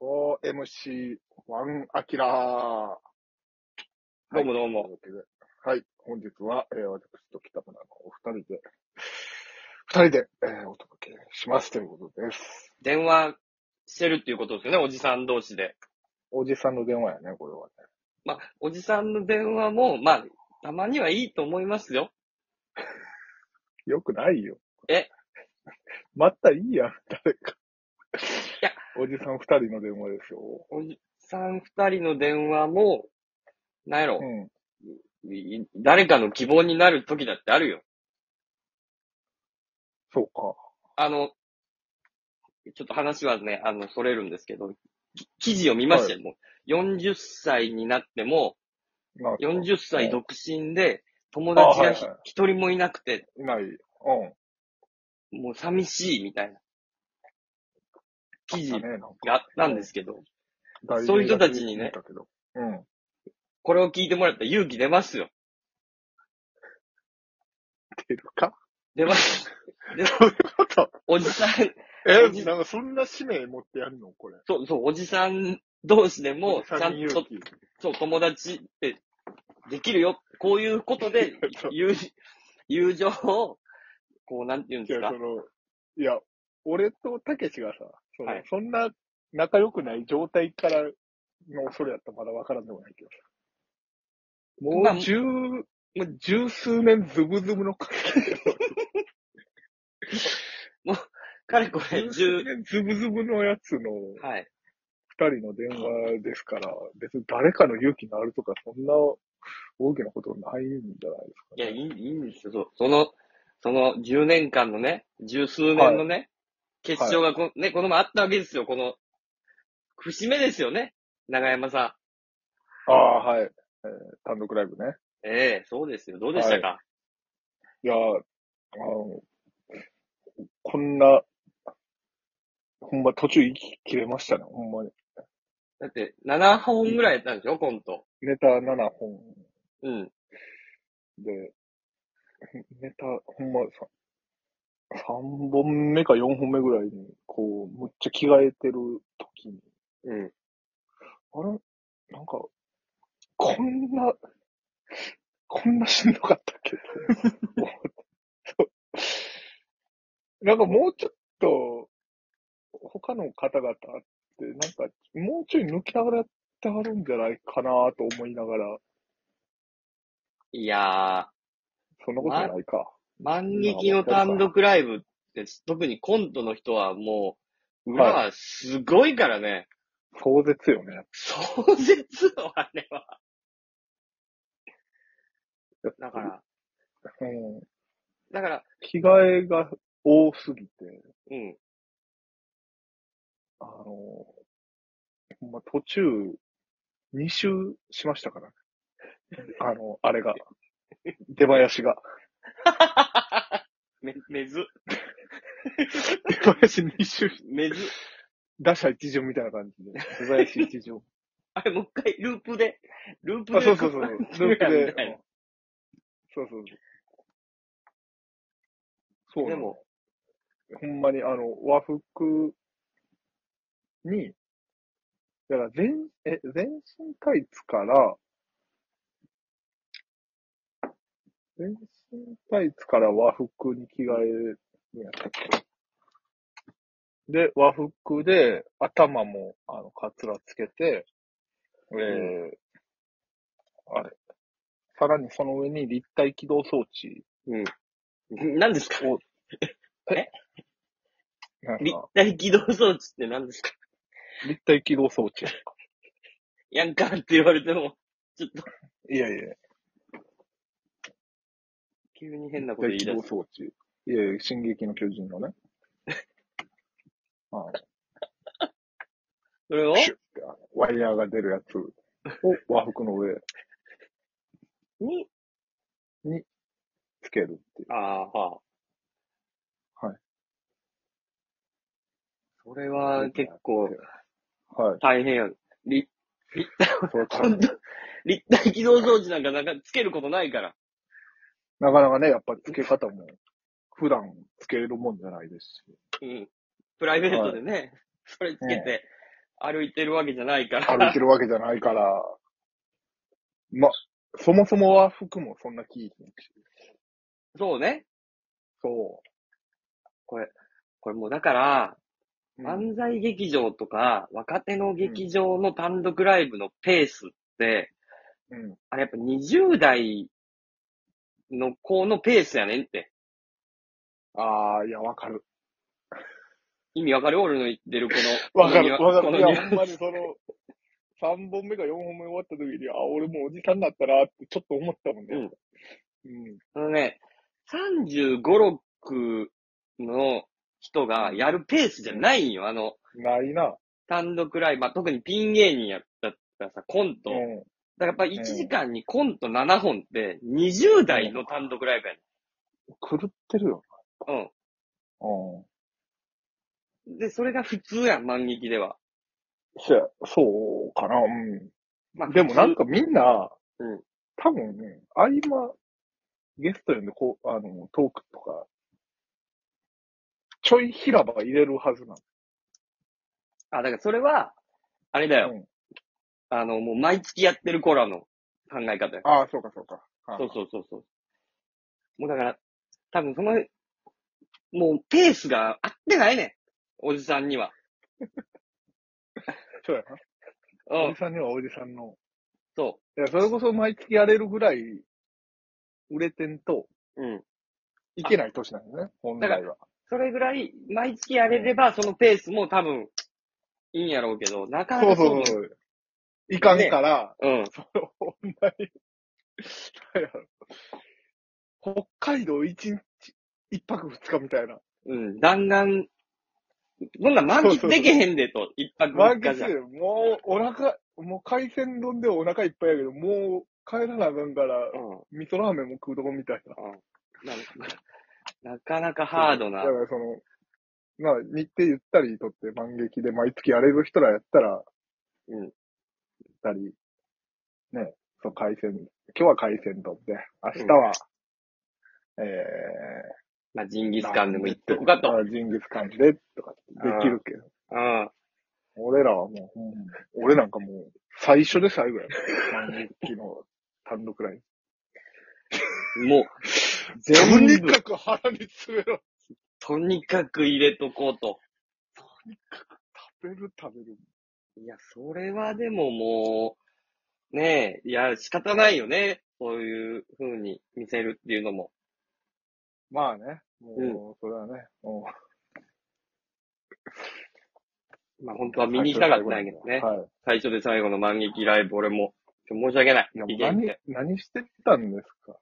OMC1 アキラー。どうもどうもはい。というわけではい。本日は、えー私と北村のお二人で、二人で、えーお届けしますということです。電話してるっていうことですよね、おじさん同士で。おじさんの電話やね、これはね。まあ、おじさんの電話も、まあ、たまにはいいと思いますよ。よくないよ。え またいいやん、誰か。やおじさん二人の電話ですよ。おじさん二人の電話も、なんやろう、ん。い誰かの希望になる時だってあるよ。そうか。あの、ちょっと話はね、あの、それるんですけど、き記事を見ましたよ、もう。40歳になっても、なるほど40歳独身で、友達がひあはいは一人もいなくて、いない。うん。もう寂しいみたいな。記事だね、なんかがあったんですけど、大事そういう人たちにねだけどうん。これを聞いてもらったら勇気出ますよ。出るか 出ます。そういうこと。おじさん、 えおじ、なんかそんな使命持ってやるのこれ。そう、そう、おじさん同士でも、ちゃ三人んと勇、気そう、友達ってできるよ。こういうこ とで、そう友、友情を、こう、なんて言うんいですや、かそ。の、いや、俺とたけしがさ、そのはいそんな仲良くない状態からのそれやったらまだわからんでもないけどさ。もまあう十、十数年ズブズブの関係よ。かれこれ、十数 十、年ズブズブのやつのはい。二人の電話ですから、別に誰かの勇気になるとか、そんな大きなことないんじゃないですか、いや、いい、いいんですよ。そうその、その10年間のね、十数年のね、決勝がこ、ね、この前あったわけですよ。この、節目ですよね。長山さん。ああ、はい、えー単独ライブね。ええそうですよ。どうでしたか、いや、あの、こんな、ほんま途中息切れましたね、ほんまに。だって、7本ぐらいやったんでしょ、コント。ネタ7本うん。で、ネタ、ほんま3、三本目か4本目ぐらいに、こう、むっちゃ着替えてる時に、うん。あれなんか、こんな、こんなしんどかったっけ そうなんかもうちょっと、他の方々って、なんか、もうちょい抜きながらやってはるんじゃないかなと思いながら、いやそんなことないか。ー、万劇の単独ライブって、特にコントの人はもう、裏はすごいからね。壮絶よね。壮絶よ、あれは。だから、うん。だから、着替えが多すぎて、うん。あの、ほんま途中、2周しました からね。あの、あれが。出囃子が。め、めず、出囃子2周。めず。打者一巡みたいな感じで。出囃子一巡。あれ、もう一回、ループで、 ループで。あ、 そう そうそう。ループで。うみたいなんそうそうそう。そうでなのも、ほんまにあの、和服に、だから全、え、全身タイツから、全身タイツから和服に着替えるんやったっけで、和服で、頭も、あの、カツラつけて、えーあれ、さらにその上に立体起動装置、何ですかおなん立か、体起動装置って何ですか立体起動装置。やんかって言われても、ちょっと、いやいや、急に変なこと大言規い出模す。装置。いやいや、進撃の巨人 のね。あそれをシュッてあのワイヤーが出るやつを和服の上に、つけるっていう。ああ、はあ。はい。それは結構はい。大変やん。立、立体、それ から本当立体起動装置なんかなんかつけることないから。なかなかね、やっぱりつけ方も普段つけるもんじゃないですし。うん。プライベートでね、それつけて、歩いてるわけじゃないから。歩いてるわけじゃない から。ま、そもそもは服もそんな着いひんし。そうね。そこれもうだから、う。うん、漫才劇場とか、若手の劇場の単独ライブのペースって、うん。あれやっぱ20代の子のペースやねんって。ああ、いや、わかる。意味わかる俺の言ってるこの。 わか意味る、わかこる。のいニや、ュアンほんまにその、3本目か4本目終わった時に、あ、俺もうおじさんだったなってちょっと思ったもんね。うん。あのね、35、6の人がやるペースじゃないんよ。あの、ないな。単独ライブ、まあ、特にピン芸人やったらさ、コント。だうん。からやっぱ1時間にコント7本って20代の単独ライブや狂ってるよ。ねん。うん。うん。で、それが普通やん、万劇では。そやそうかな、うん。まあでもなんかみんな、うん多分ね、合間、ゲスト呼んでこう、あの、トークとか、ちょい平場入れるはずなんあ、だからそれは、あれだよ。うんあの、もう毎月やってるコラの考え方や。ああ、そうかそうか。はいそうそうそうそう。もうだから、多分その、もうペースが合ってないねん。おじさんには。そうやな。うおんじ。さんにはおじさんの。そいや、それこそ毎月やれるぐらい、売れてんと、う。うん。いけない年なんだね、本来は。それぐらい、毎月やれれば、そのペースも多分、いいんやろうけど、なかそなうかそうう。そう。いかんから、うん。その、ほんまに、なんやろ北海道一日、一泊二日みたいな。うん。弾丸、そんなん満喫できへんでと、一泊マ二ーケ日じゃん。ス、もうお腹、もう海鮮丼でお腹いっぱいやけど、もう帰らなあかんから、うん。味噌ラーメンも食うとこみたいな。なんかなかなかハードなだか。らその、まあ、日程ゆったりとって、満劇で毎月やれる人らやったら、うんゆったり、ね、そう、海鮮、今日は海鮮丼で、明日は、えまあ、ジンギー、スカンでも行っとこうかと。あジンギスカンで、とか、できるけど。うん。俺らはもう、俺なんかもう、最初で最後やな。満劇の単独ライン。もう、とに全部、かく腹に詰めろ。とにかく入れとこうと。食べる食べる。いや、それはでももう、ねえ、いや、仕方ないよね。そういう風に見せるっていうのも。まあね。もう、それはね。うんまあ、本当は見に行きたかったんやけどね。はい。最初で最後の満劇ライブ、俺も、ちょ申し訳ない。いや、意もう何見って。、何してたんですか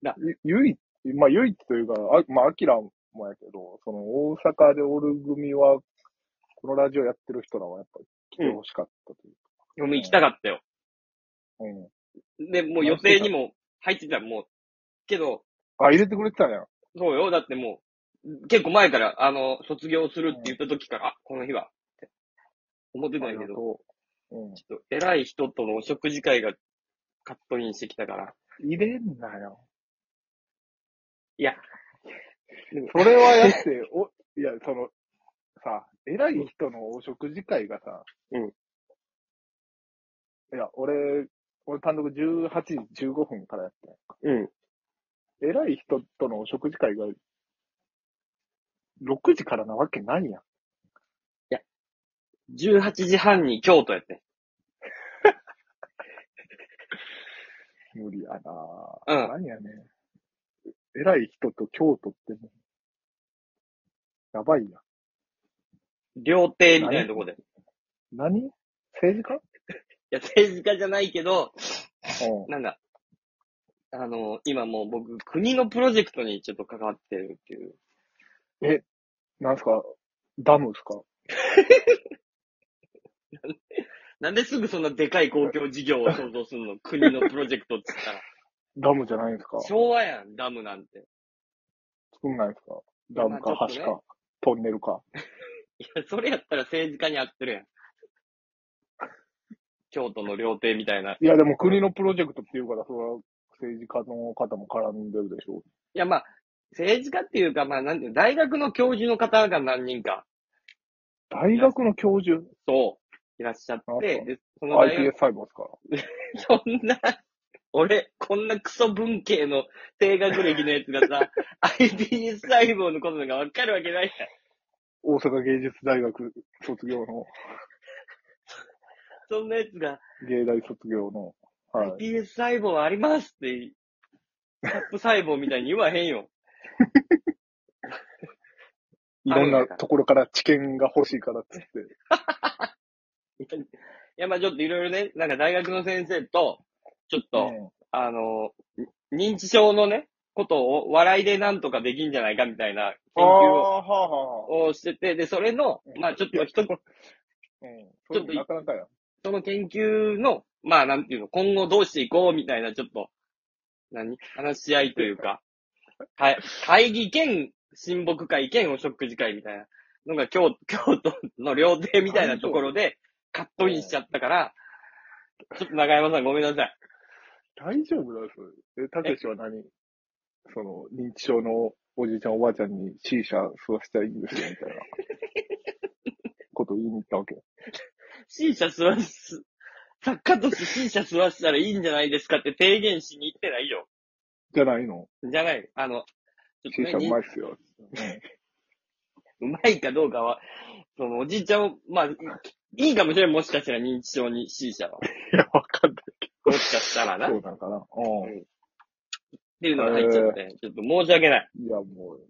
なゆ唯一、まあ唯一というか、あまあ、アキラもやけど、その大阪でおる組は、このラジオやってる人らはやっぱ来てほしかったといでも行きたかったよ。う。うん。で、もう予定にも入ってた、もう。けど、あ、入れてくれてたんや。そうよ。だってもう、結構前から、あの、卒業するって言った時から、あ、この日は、って思ってたんやけど、とう。うん。ちょっと偉い人とのお食事会がカットインしてきたから。入れんなよ。いや、それはや って、お、いや、その、さ、偉い人のお食事会がさ、うんいや、俺、俺単独18時15分からやってん。うん。偉い人とのお食事会が、6時からなわけないやん。 18時半に京都やって。無理やなうぁ。ん。なんやねん。偉い人と京都ってもう、やばいやん。料亭みたいなとこで。い何政治や、政治家じゃないけど、家うん。なんだ。あの、今もう僕、国のプロジェクトにちょっと関わってるっていう。なんすかダムっすかなんですぐそんなでかい公共事業を想像す るの国のプロジェクトって言ったら。ダムじゃないんすか 昭和やん、ダムなんて。作んないですかダムかまあち橋ょっとか、トンネルか。いや、それやったら政治家に合ってるやん。京都の料亭みたいな。いいや、でも国のプロジェクトっていうから、それは政治家の方も絡んでるでしょや、まあ、政治家っていうか、まあ、なんていうの大学の教授の方が何人か。大学の教授そいらっしゃっあそうて、で、その大 iPS 学、細胞ですかそんな、俺、こんなクソ文系の低学歴のやつが さ、iPS 細胞のことなんかわかるわけないじゃん。大阪芸術大学卒業の、そんなやつが、芸大卒業の、はい。 iPS 細胞ありますって、タップ細胞みたいに言わへんよ。いろんなところから知見が欲しいからっつって。いや、まあちょっといろいろね、なんか大学の先生と、ちょっと、うんあの、認知症のね、ことを笑いでなんとかできんじゃないかみたいなあ研あ、究はあはあ。ををしてて、で、それの、まあちょっと一つ、うん。ちょっといなかなかや。その研究の、まあなんていうの、今後どうしていこうみたいな、ちょっと、何話し合いというか、はい、会議兼、親睦会兼お食事会みたいなのが京 京都の料亭みたいなところでカットインしちゃったから、ちょっと中山さんごめんなさい。大丈夫だよ、それ。え、たけしは何その、認知症のおじいちゃんおばあちゃんに C 社吸わせたらいいんですよ、み たいな。こと言いに行ったわけ。 C 社吸わす、作家として C 社吸わしたらいいんじゃないですかって提言しに行ってないよ。じゃないのじゃない。あの、ち ?C ょ社っとうね、まいっすよ。うまいかどうかは、そのおじいちゃんを、まあ、いいいかもしれん、もしかしたら認知症に C 社は。いや、わかんない。もしかしたらな。そっうなんかな。うていうのが入っちゃって、ちょっと申し訳ない。ん。いや、もう、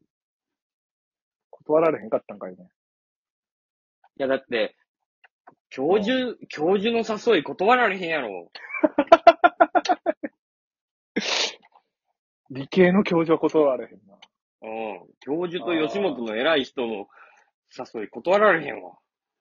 断られへんかったんかいね。いや、だって、教授、教授の誘い断られへんやろ。理系の教授は断られへんな。うん。教授と吉本の偉い人の誘い断られへんわ。